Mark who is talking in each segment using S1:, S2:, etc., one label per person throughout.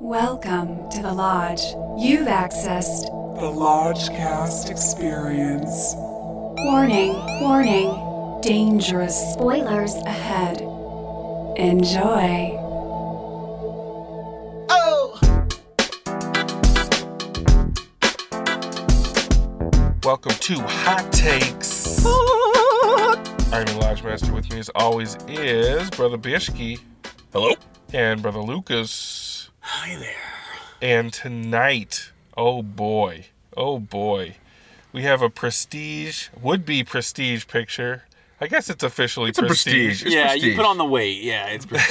S1: Welcome to the Lodge. You've accessed.
S2: The Lodgecast Experience.
S1: Warning, warning. Dangerous
S3: Spoilers.
S1: ahead. Enjoy.
S4: Welcome to Hot Takes. I'm your Lodge Master. With me, as always, is Brother Bishki. Hello. And Brother Lucas. Hi there. And tonight, oh boy, oh boy, we have a prestige, would be prestige picture. I guess it's officially
S5: It's a prestige. It's
S6: yeah,
S5: prestige.
S6: you put on the weight. Yeah, it's pretty-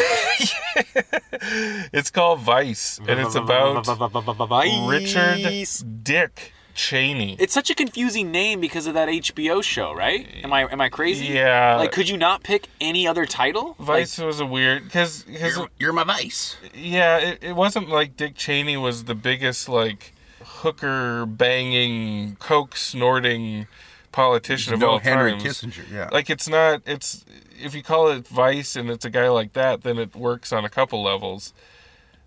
S4: It's called Vice, and it's about
S6: Vice.
S4: Richard Dick Cheney.
S6: It's such a confusing name because of that HBO show, right? Am I am I crazy?
S4: Yeah.
S6: Like, could you not pick any other title?
S4: Vice was a weird because
S5: You're, you're my vice.
S4: Yeah, it, it wasn't like Dick Cheney was the biggest like hooker banging, coke snorting politician of
S5: No
S4: all
S5: Henry
S4: times.
S5: Kissinger. Yeah.
S4: Like it's not it's if you call it Vice and it's a guy like that, then it works on a couple levels.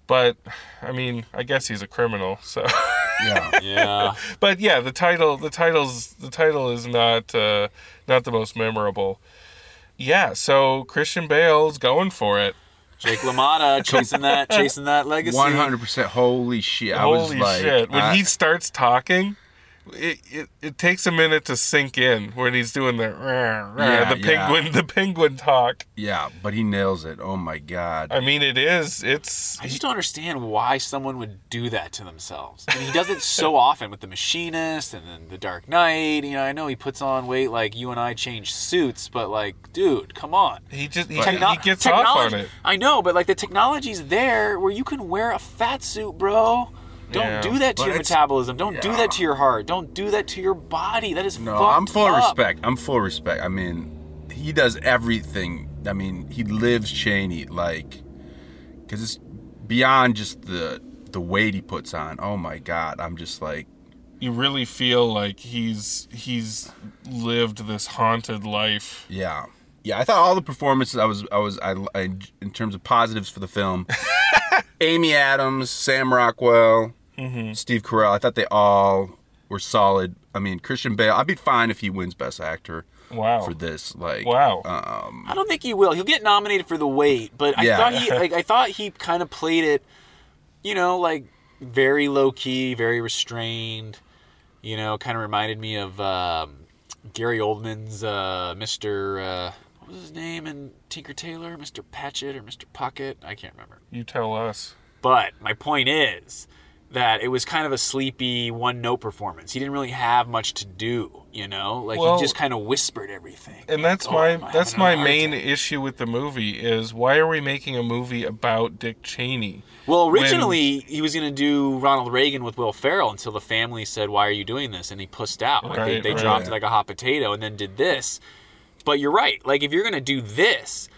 S4: But I mean, I guess he's a criminal, so
S5: yeah.
S6: Like, yeah.
S4: but yeah, the title the title's the title is not uh not the most memorable. Yeah, so Christian Bale's going for it.
S6: Jake LaMotta chasing that chasing that legacy.
S5: One hundred percent. Holy shit! I was
S4: Holy
S5: like,
S4: shit! When
S5: I-
S4: he starts talking, it, it it takes a minute to sink in when he's doing the rah, rah,
S5: Yeah,
S4: the
S5: yeah.
S4: penguin the penguin talk.
S5: yeah, but he nails it. Oh my god.
S4: I mean, it is it's
S6: I just don't understand why someone would do that to themselves. I mean, he does it so often with the Machinist and then the Dark Knight. You know, I know he puts on weight like you and I change suits, but like, dude, come on.
S4: he just he,
S6: Techno-
S4: he gets off
S6: technology-
S4: on it.
S6: I know, but like the technology's there where you can wear a fat suit, bro. Don't
S4: Yeah.
S6: do that to
S5: But
S6: your
S5: it's-
S6: metabolism. Don't do
S5: Yeah.
S6: that to your heart. Don't do that to your body. That is
S5: No,
S6: fucked
S5: I'm full
S6: up.
S5: of respect. I'm full of respect. I mean, he does everything. I mean, he lives Cheney like, because it's beyond just the the weight he puts on. Oh my god! I'm just like,
S4: You really feel like he's he's lived this haunted life.
S5: yeah, yeah. I thought all the performances. I was, I was, I, I in terms of positives for the film. Amy Adams, Sam Rockwell, Steve Carell. I thought they all were solid. I mean, Christian Bale. I'd be fine if he wins Best Actor
S4: Wow.
S5: for this. Like,
S4: Oh. Wow.
S5: Um,
S6: I don't think he will. He'll get nominated for the weight, but I
S5: Yeah.
S6: thought he like I thought he kind of played it, you know, like very low key, very restrained. You know, kind of reminded me of um, Gary Oldman's uh, Mr. Uh, what was his name in Tinker Tailor, Mr. Patchett or Mr. Pocket? I can't remember.
S4: You tell us.
S6: But my point is that it was kind of a sleepy one note performance. He didn't really have much to do, you know? Like
S4: Well-
S6: he just kind of whispered everything.
S4: And that's
S6: Oh,
S4: my
S6: am I
S4: that's
S6: having a
S4: my
S6: hard
S4: main
S6: time?
S4: issue with the movie is why are we making a movie about Dick Cheney?
S6: Well,
S4: when-
S6: originally he was going to do Ronald Reagan with Will Ferrell until the family said, "Why are you doing this?" and he pussed out. Like
S4: Right,
S6: they, they
S4: right.
S6: dropped it like a hot potato, and then did this. But you're right. Like if you're going to do this,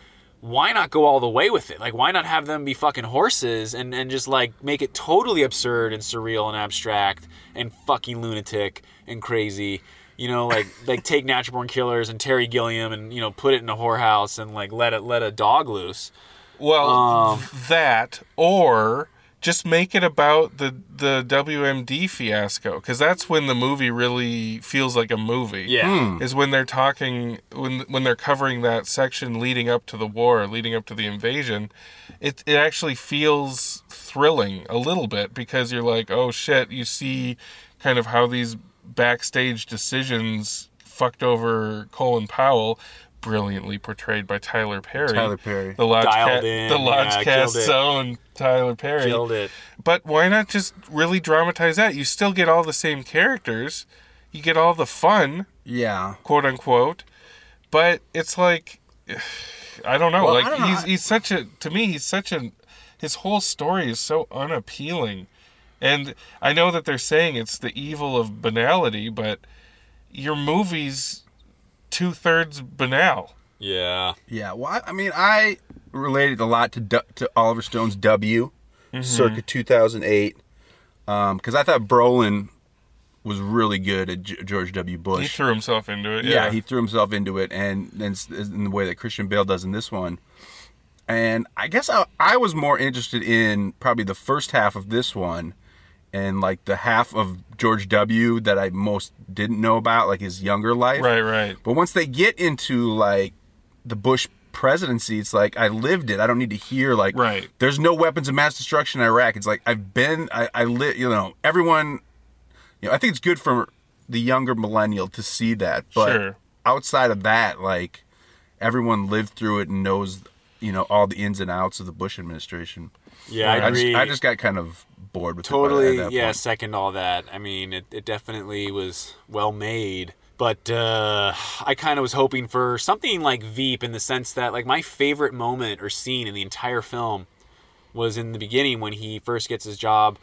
S6: why not go all the way with it? Like why not have them be fucking horses and and just like make it totally absurd and surreal and abstract and fucking lunatic and crazy. You know, like like take Natural Born Killers and Terry Gilliam and you know put it in a whorehouse and like let it let a dog loose.
S4: Well, that or just make it about the the WMD fiasco because that's when the movie really feels like a movie.
S5: Mm.
S4: is when they're talking when when they're covering that section leading up to the war, leading up to the invasion. It it actually feels thrilling a little bit because you're like, oh shit, you see kind of how these backstage decisions fucked over Colin Powell. Brilliantly portrayed by Tyler Perry.
S5: Tyler Perry.
S4: the Lodge
S6: Dialed
S4: Ca-
S6: in,
S4: the Lodge
S6: yeah,
S4: Cast
S6: killed it.
S4: Zone, Tyler Perry.
S6: Killed it.
S4: But why not just really dramatize that? You still get all the same characters, you get all the fun,
S5: yeah.
S4: quote unquote. But it's like, I don't know.
S5: Well, I
S4: like
S5: don't know.
S4: he's he's such a to me he's such an his whole story is so unappealing, and I know that they're saying it's the evil of banality, but your movie's two thirds banal.
S6: Yeah.
S5: Yeah, well, I, I mean, I related a lot to Du- to Oliver Stone's W, circa 2008, because um, I thought Brolin was really good at G- George W.
S4: He
S5: Bush.
S4: threw himself into it.
S5: yeah. he threw himself into it, and then s- in the way that Christian Bale does in this one, And I guess I, I was more interested in probably the first half of this one and like the half of George W. that I most didn't know about, like his younger life.
S4: Right, right.
S5: But once they get into like the Bush presidency, it's like I lived it. I don't need to hear like
S4: Right.
S5: there's no weapons of mass destruction in Iraq. It's like I've been I, I lit you know, everyone you know, I think it's good for the younger millennial to see that. But
S4: Sure.
S5: outside of that, like everyone lived through it and knows you know, all the ins and outs of the Bush administration.
S6: Yeah, I
S5: I just,
S6: agree.
S5: I just got kind of bored with it by- at
S6: totally
S5: that
S6: yeah
S5: point.
S6: second all that i mean it, it definitely was well made but uh, i kind of was hoping for something like veep in the sense that like my favorite moment or scene in the entire film was in the beginning when he first gets his job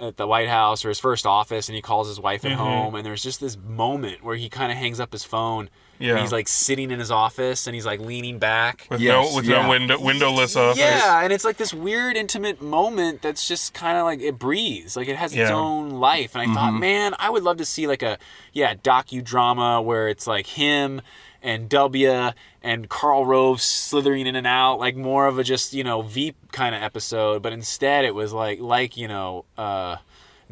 S6: at the White House or his first office and he calls his wife
S5: Mm-hmm.
S6: at home and there's just this moment where he kind of hangs up his phone and
S4: Yeah.
S6: he's like sitting in his office and he's like leaning back
S4: With
S5: Yes,
S4: no with
S5: yeah.
S4: no window windowless office.
S6: yeah, and it's like this weird, intimate moment that's just kind of like it breathes, like it has its
S4: Yeah.
S6: own life. And I thought, man, I would love to see like a yeah docudrama where it's like him and W and Carl Rove slithering in and out, like more of a just you know Veep kind of episode. But instead, it was like like you know. uh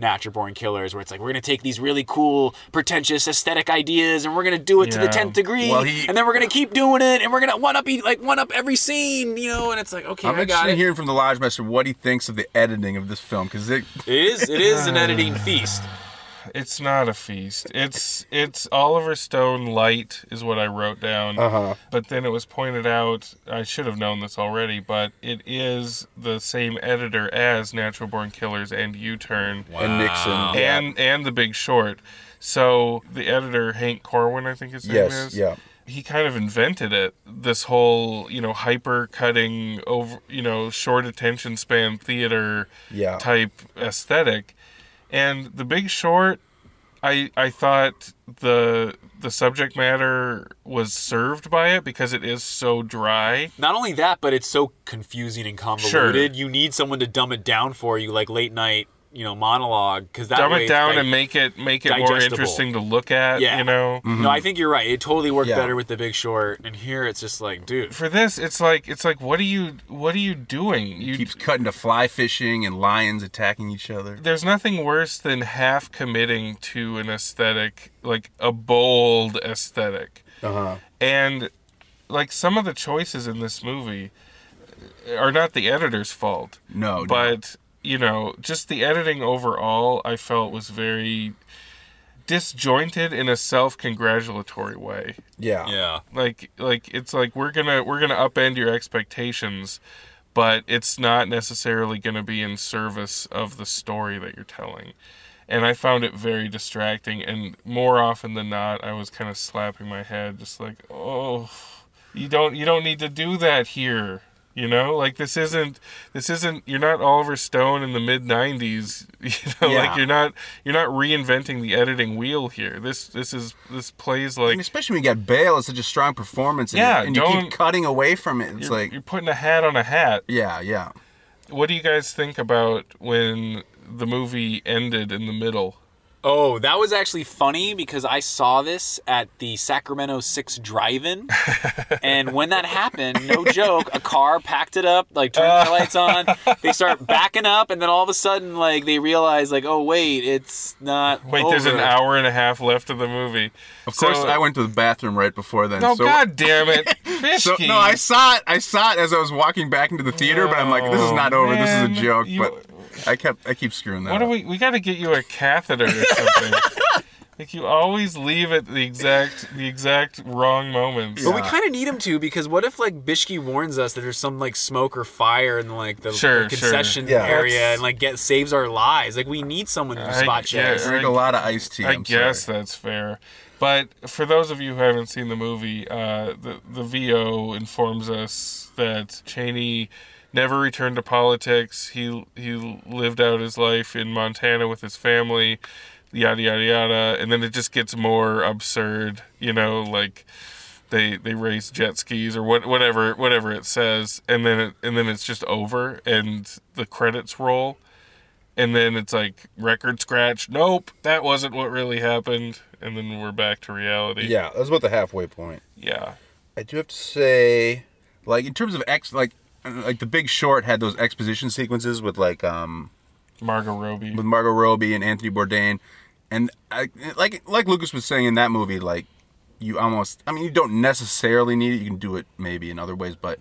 S6: Natural born killers, where it's like we're gonna take these really cool, pretentious aesthetic ideas, and we're gonna do it to the
S4: Yeah.
S6: tenth degree,
S5: Well, he-
S6: and then we're gonna keep doing it, and we're gonna one up e- like one up every scene, you know. And it's like, okay,
S5: I'm
S6: I got
S5: interested
S6: it.
S5: in hearing from the lodge master what he thinks of the editing of this film because it
S6: It is it is an editing feast.
S4: It's not a feast. It's it's Oliver Stone light is what I wrote down. Uh-huh. But then it was pointed out. I should have known this already, but it is the same editor as Natural Born Killers and U Turn
S5: and Nixon Oh, yeah.
S4: and and The Big Short. So the editor Hank Corwin, I think his name
S5: Yes,
S4: is.
S5: yeah.
S4: He kind of invented it. This whole you know hyper cutting over you know short attention span theater
S5: Yeah.
S4: type aesthetic, and The Big Short. I I thought the the subject matter was served by it because it is so dry.
S6: Not only that, but it's so confusing and convoluted. You need someone to dumb it down for you, like late night, you know, monologue, because that
S4: Dumb
S6: way
S4: it down
S6: like,
S4: and make it make it more
S6: digestible.
S4: interesting to look at.
S6: Yeah.
S4: You know. Mm-hmm.
S6: No, I think you're right. It totally worked
S5: Yeah.
S6: better with The Big Short, and here it's just like, dude,
S4: for this it's like it's like what are you what are you doing you
S5: keeps cutting to fly fishing and lions attacking each other.
S4: there's nothing worse than half committing to an aesthetic like a bold aesthetic
S5: Uh-huh.
S4: and like some of the choices in this movie are not the editor's fault
S5: No, no.
S4: but you know just the editing overall i felt was very disjointed in a self-congratulatory way
S5: Yeah.
S6: yeah,
S4: like like it's like we're gonna we're gonna upend your expectations but it's not necessarily gonna be in service of the story that you're telling and i found it very distracting and more often than not i was kind of slapping my head just like oh you don't you don't need to do that here you know like this isn't this isn't you're not oliver stone in the mid 90s you know
S5: Yeah.
S4: like you're not you're not reinventing the editing wheel here this this is this plays like
S5: And especially when you got Bale, it's such a strong performance. And,
S4: Yeah,
S5: and you keep
S4: don't-
S5: cutting away from it. It's
S4: you're,
S5: like,
S4: you're putting a hat on a hat.
S5: yeah, yeah.
S4: What do you guys think about when the movie ended in the middle?
S6: Oh, that was actually funny because I saw this at the Sacramento Six Drive-In, and when that happened, no joke, a car packed it up, like turned their lights on. They start backing up, and then all of a sudden, like they realize, like, oh wait, it's not.
S4: Wait, there's an
S6: over.
S4: hour and a half left of the movie.
S5: Of course, I went to the bathroom right before then.
S4: Oh
S5: so,
S4: God damn it!
S5: So,
S4: Fishky.
S5: no, I saw it. I saw it as I was walking back into the theater, but I'm like, this is not over.
S4: man,
S5: this is a joke.
S4: you-
S5: but I kept, I keep screwing that
S4: What do
S5: up.
S4: we? We got to get you a catheter or something. like you always leave at the exact the exact wrong moments.
S6: But we kind of need him to because what if like Bishki warns us that there's some like smoke or fire in like the
S4: Sure,
S6: the
S4: sure.
S6: concession
S5: Yeah.
S6: area
S5: That's-
S6: and like get saves our lives? Like we need someone to
S4: I-
S6: spot check.
S4: yeah.
S5: Drink a lot of iced tea.
S4: I
S5: I'm
S4: guess
S5: Sorry.
S4: that's fair. But for those of you who haven't seen the movie, uh, the the VO informs us that Cheney never returned to politics. He he lived out his life in Montana with his family, yada yada yada. And then it just gets more absurd, you know, like they they race jet skis or what whatever whatever it says, and then it, and then it's just over, and the credits roll and then it's like record scratch. Nope, that wasn't what really happened. And then we're back to reality.
S5: Yeah, that's about the halfway point.
S4: Yeah.
S5: I do have to say, like in terms of ex, like like The Big Short had those exposition sequences with like um
S4: Margot Robbie.
S5: with Margot Robbie and Anthony Bourdain, and I, like like Lucas was saying in that movie, like you almost I mean you don't necessarily need it. You can do it maybe in other ways, but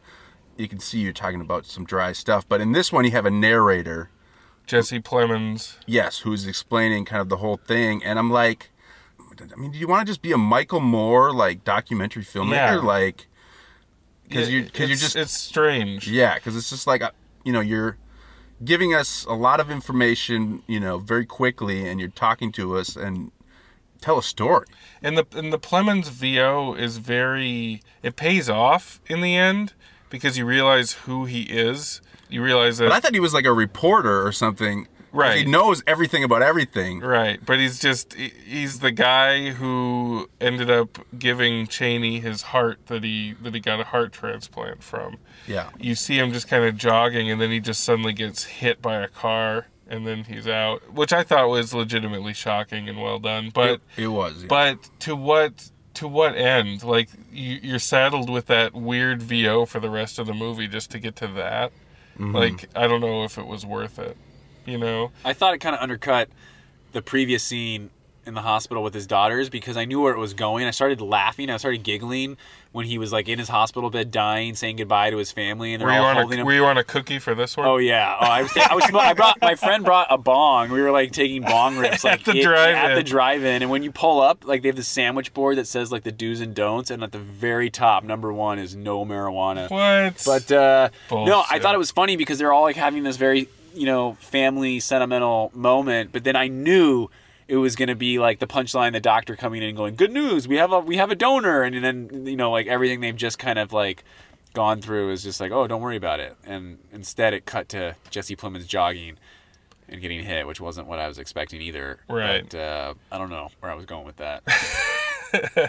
S5: you can see you're talking about some dry stuff. But in this one, you have a narrator,
S4: Jesse Plemons.
S5: yes, who's explaining kind of the whole thing, and I'm like, I mean, do you want to just be a Michael Moore like documentary filmmaker,
S4: Yeah.
S5: like? Because you, because you're
S4: It's-
S5: just
S4: It's strange.
S5: yeah, because it's just like uh, you know you're giving us a lot of information, you know, very quickly, and you're talking to us and tell a story.
S4: And the and the Plemons VO is very it pays off in the end because you realize who he is. You realize that
S5: But I thought he was like a reporter or something. 'cause
S4: Right.
S5: He knows everything about everything.
S4: right, but he's just he- he's the guy who ended up giving Cheney his heart that he that he got a heart transplant from.
S5: Yeah.
S4: You see him just kind of jogging and then he just suddenly gets hit by a car and then he's out, which I thought was legitimately shocking and well done, but
S5: It, it was. yeah.
S4: But to what to what end? Like you, you're saddled with that weird VO for the rest of the movie just to get to that.
S6: Mm-hmm.
S4: Like I don't know if it was worth it. You know,
S6: I thought it kind of undercut the previous scene in the hospital with his daughters because I knew where it was going. I started laughing. I started giggling when he was like in his hospital bed, dying, saying goodbye to his family, and they're
S4: were you
S6: all
S4: on
S6: holding
S4: a
S6: him.
S4: were you on a cookie for this one?
S6: Oh yeah, oh, I was. I was. I brought my friend brought a bong. We were like taking bong rips like
S4: At the
S6: it-
S4: drive-in.
S6: At the drive-in, and when you pull up, like they have the sandwich board that says like the do's and don'ts, and at the very top, number one is no marijuana.
S4: What?
S6: But uh, no, I
S4: Bullshit.
S6: thought it was funny because they're all like having this very you know family sentimental moment. But then I knew it was going to be like the punchline: the doctor coming in and going, "Good news, we have a we have a donor," and then you know like everything they've just kind of like gone through is just like, "Oh, don't worry about it." And instead, it cut to Jesse Plemons jogging. And getting hit, which wasn't what I was expecting either.
S4: Right.
S6: But, uh, I don't know where I was going with that. uh,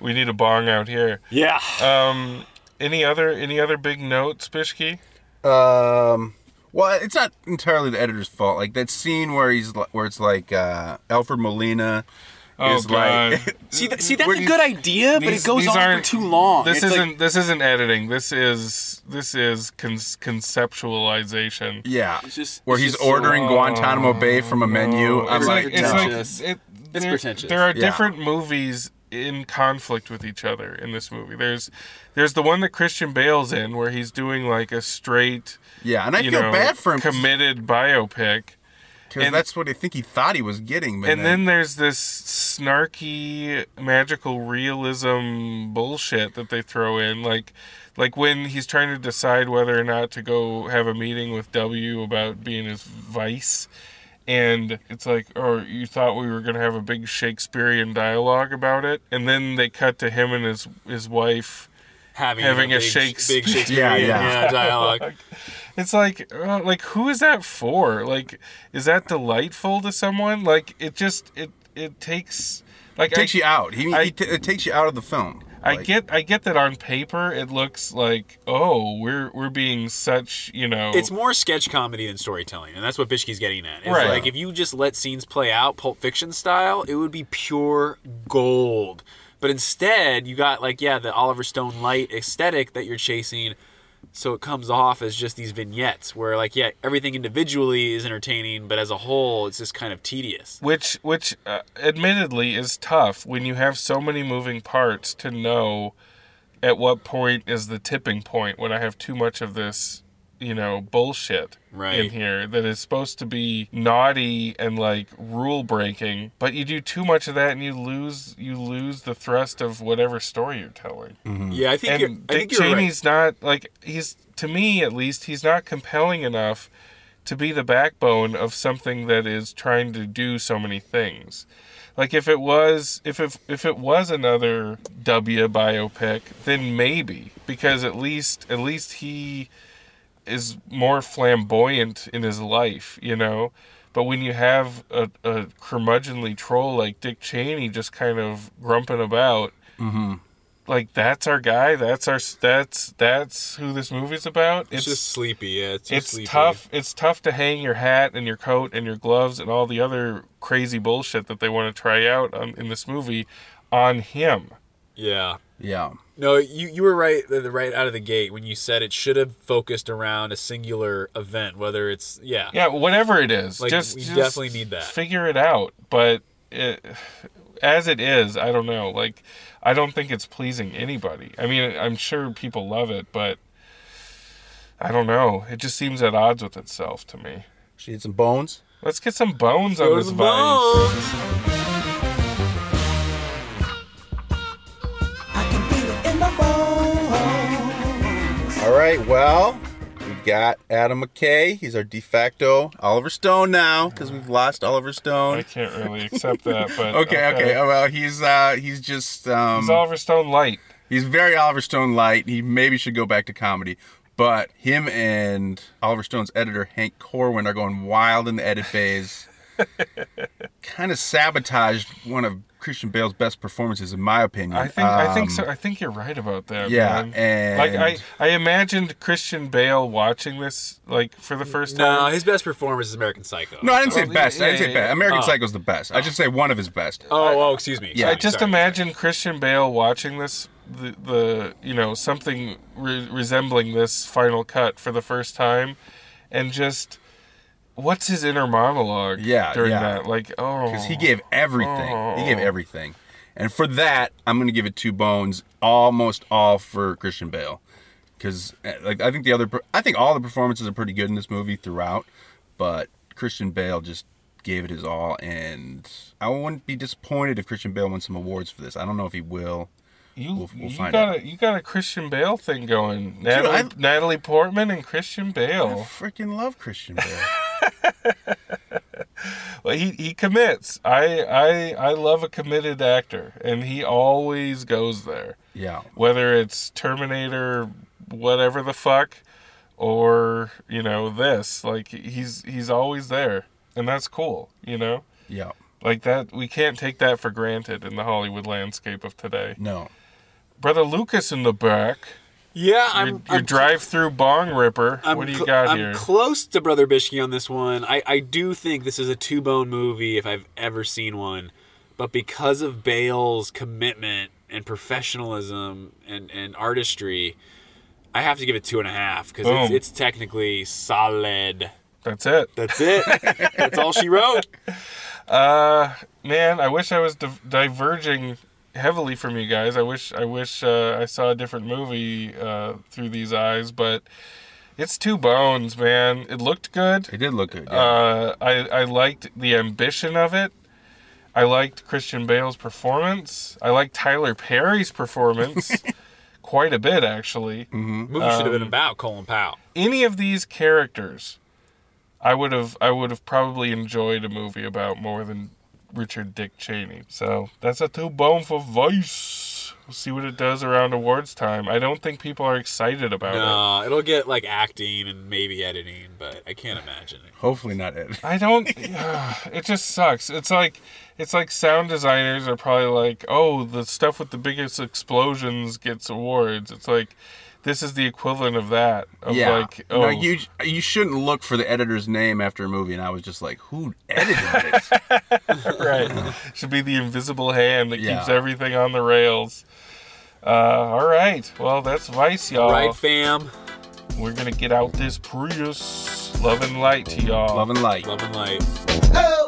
S4: we need a bong out here.
S6: yeah.
S4: Um, any other any other big notes, Bishki?
S5: Um, well, it's not entirely the editor's fault. Like that scene where he's li- where it's like uh, Alfred Molina
S4: Oh
S5: is
S4: god.
S5: like
S6: see, th- see, that's
S5: Where
S6: a
S5: you-
S6: good idea, but it
S4: These-
S6: goes
S4: these
S6: on for
S4: aren't-
S6: too long.
S4: This
S6: It's like-
S4: isn't this isn't editing. This is this is con- conceptualization.
S5: yeah,
S6: just-
S5: where
S6: it's
S5: he's
S6: just so-
S5: ordering Guantanamo Bay from a menu.
S4: Oh,
S5: I'm
S4: it's like,
S5: like,
S4: it's
S5: no.
S4: like
S6: pretentious.
S4: it-
S6: It's
S4: there,
S6: pretentious.
S4: There are
S5: Yeah.
S4: different movies in conflict with each other in this movie. There's there's the one that Christian Bale's in where he's doing like a straight,
S5: yeah, and I
S4: you
S5: feel
S4: know,
S5: bad for him.
S4: committed biopic.
S5: Because
S4: And-
S5: that's what I think he thought he was getting. But
S4: And then there's this snarky magical realism bullshit that they throw in, like like when he's trying to decide whether or not to go have a meeting with W about being his vice. And it's like, or you thought we were gonna have a big Shakespearean dialogue about it, and then they cut to him and his his wife.
S6: having,
S4: having a
S6: big,
S4: Shakes-
S6: big Shakespearean
S5: Yeah, yeah.
S6: yeah, dialogue.
S4: It's like, uh, like who is that for? Like, is that delightful to someone? Like, it just it it takes like
S5: it takes
S4: I,
S5: you out. He,
S4: I-
S5: he t- it takes you out of the film.
S4: I
S5: Like,
S4: get I get that on paper it looks like oh we're we're being such you know
S6: It's more sketch comedy than storytelling, and that's what Bishke's getting at. It's
S4: Right.
S6: like if you just let scenes play out Pulp Fiction style, it would be pure gold. But instead, you got like yeah, the Oliver Stone light aesthetic that you're chasing. So it comes off as just these vignettes where like yeah, everything individually is entertaining, but as a whole, it's just kind of tedious.
S4: which which uh, admittedly is tough when you have so many moving parts to know at what point is the tipping point when I have too much of this you know bullshit in
S6: Right.
S4: here that is supposed to be naughty and like rule breaking but you do too much of that and you lose you lose the thrust of whatever story you're telling.
S5: Mm.
S6: Yeah, I think you're,
S4: and
S6: I
S4: Dick
S6: think you're right.
S4: Cheney's not like he's to me at least he's not compelling enough to be the backbone of something that is trying to do so many things. Like if it was if if, if it was another W biopic, then maybe because at least at least he is more flamboyant in his life, you know. But when you have a, a curmudgeonly troll like Dick Cheney just kind of grumping about,
S6: Mm-hmm.
S4: like that's our guy, that's our that's that's who this movie's about. It's
S6: It's just sleepy. Yeah, it's, too
S4: it's
S6: sleepy.
S4: tough. It's tough to hang your hat and your coat and your gloves and all the other crazy bullshit that they want to try out on, in this movie on him.
S6: Yeah,
S5: Yeah.
S6: No, you, you were right the- the- right out of the gate when you said it should have focused around a singular event, whether it's yeah.
S4: Yeah, whatever it is,
S6: Like,
S4: just
S6: we
S4: just
S6: definitely need that.
S4: Figure it out, but it, as it is, I don't know. Like, I don't think it's pleasing anybody. I mean, I'm sure people love it, but I don't know. It just seems at odds with itself to me.
S5: She had some bones.
S4: Let's get some bones on
S6: Go
S4: this
S6: to the
S4: vice.
S6: bones.
S2: I can feel it in my bones.
S5: All right. Well, we got Adam McKay. He's our de facto Oliver Stone now because we've lost Oliver
S4: I
S5: Stone.
S4: can't really accept that, but
S5: Okay. Okay. Oh, well, he's uh, he's just um,
S4: It's Oliver Stone light.
S5: He's very Oliver Stone light. He maybe should go back to comedy. But him and Oliver Stone's editor, Hank Corwin, are going wild in the edit phase. kind of sabotaged one of Christian Bale's best performances, in my opinion.
S4: I think I think
S5: Um,
S4: so. I think you're right about that.
S5: yeah,
S4: man.
S5: and-
S4: like I, I imagined Christian Bale watching this like for the first
S6: No,
S4: time.
S6: his best performance is American Psycho.
S5: No, I didn't say
S4: Oh,
S5: best. I
S4: yeah,
S5: didn't
S4: yeah,
S5: say best.
S4: yeah. Uh-huh.
S5: American
S6: Oh.
S5: Psycho's the best. I just say one of his best.
S6: Oh, oh, excuse me.
S5: Yeah,
S4: I
S6: excuse me,
S4: just
S6: sorry.
S4: imagine Christian Bale watching this, the, the you know something re- resembling this final cut for the first time, and just what's his inner monologue?
S5: Yeah,
S4: during
S5: yeah.
S4: that, like oh,
S5: because he gave everything. He gave everything. And for that, I'm going to give it two bones, almost all for Christian Bale, because like I think the other, per- I think all the performances are pretty good in this movie throughout, but Christian Bale just gave it his all, and I wouldn't be disappointed if Christian Bale won some awards for this. I don't know if he will.
S4: you
S5: We'll- we'll
S4: you
S5: find
S4: got a you got a Christian Bale thing going. Natalie
S5: I'm-
S4: Natalie Portman and Christian
S5: I
S4: Bale.
S5: freaking love Christian Bale.
S4: Well, he he commits. I I I love a committed actor, and he always goes there.
S5: yeah.
S4: whether it's Terminator, whatever the fuck, or you know this. Like he's he's always there, and that's cool. You know,
S5: Yeah.
S4: like that. We can't take that for granted in the Hollywood landscape of today.
S5: No.
S4: Brother Lucas in the back,
S6: Yeah,
S4: your,
S6: I'm.
S4: your
S6: I'm
S4: drive-through bong ripper.
S6: I'm
S4: what do you
S6: cl-
S4: got
S6: I'm
S4: here?
S6: close to Brother Bishki on this one. I, I do think this is a two bone movie if I've ever seen one, but because of Bale's commitment and professionalism and, and artistry, I have to give it two and a half because it's,
S4: Boom.
S6: it's technically solid.
S4: that's it,
S6: That's it. That's all she wrote.
S4: man. I wish I was div- diverging heavily from you guys. I wish I wish uh, I saw a different movie uh, through these eyes, but. It's two bones, man. It looked good.
S5: It did look good. Yeah.
S4: Uh, I I liked the ambition of it. I liked Christian Bale's performance. I liked Tyler Perry's performance quite a bit, actually.
S6: Movie should have been about Colin Powell.
S4: Any of these characters, I would have I would have probably enjoyed a movie about more than Richard Dick Cheney. So that's a two bone for Vice. We'll see what it does around awards time. I don't think people are excited about it.
S6: No, Uh, it'll get like acting and maybe editing, but I can't imagine it.
S5: Hopefully not Ed.
S4: I don't. it just sucks. It's like it's like sound designers are probably like, oh, the stuff with the biggest explosions gets awards. It's like this is the equivalent of that. Of like, oh,
S5: no, you you shouldn't look for the editor's name after a movie. And I was just like, who edited this?
S4: right. Should be the invisible hand that
S5: Yeah.
S4: keeps everything on the rails. Uh, all right. Well, that's Vice, y'all.
S6: Right, fam?
S4: We're gonna get out this Prius. Love and light to y'all.
S5: Love and light.
S6: Love and light.
S2: Oh.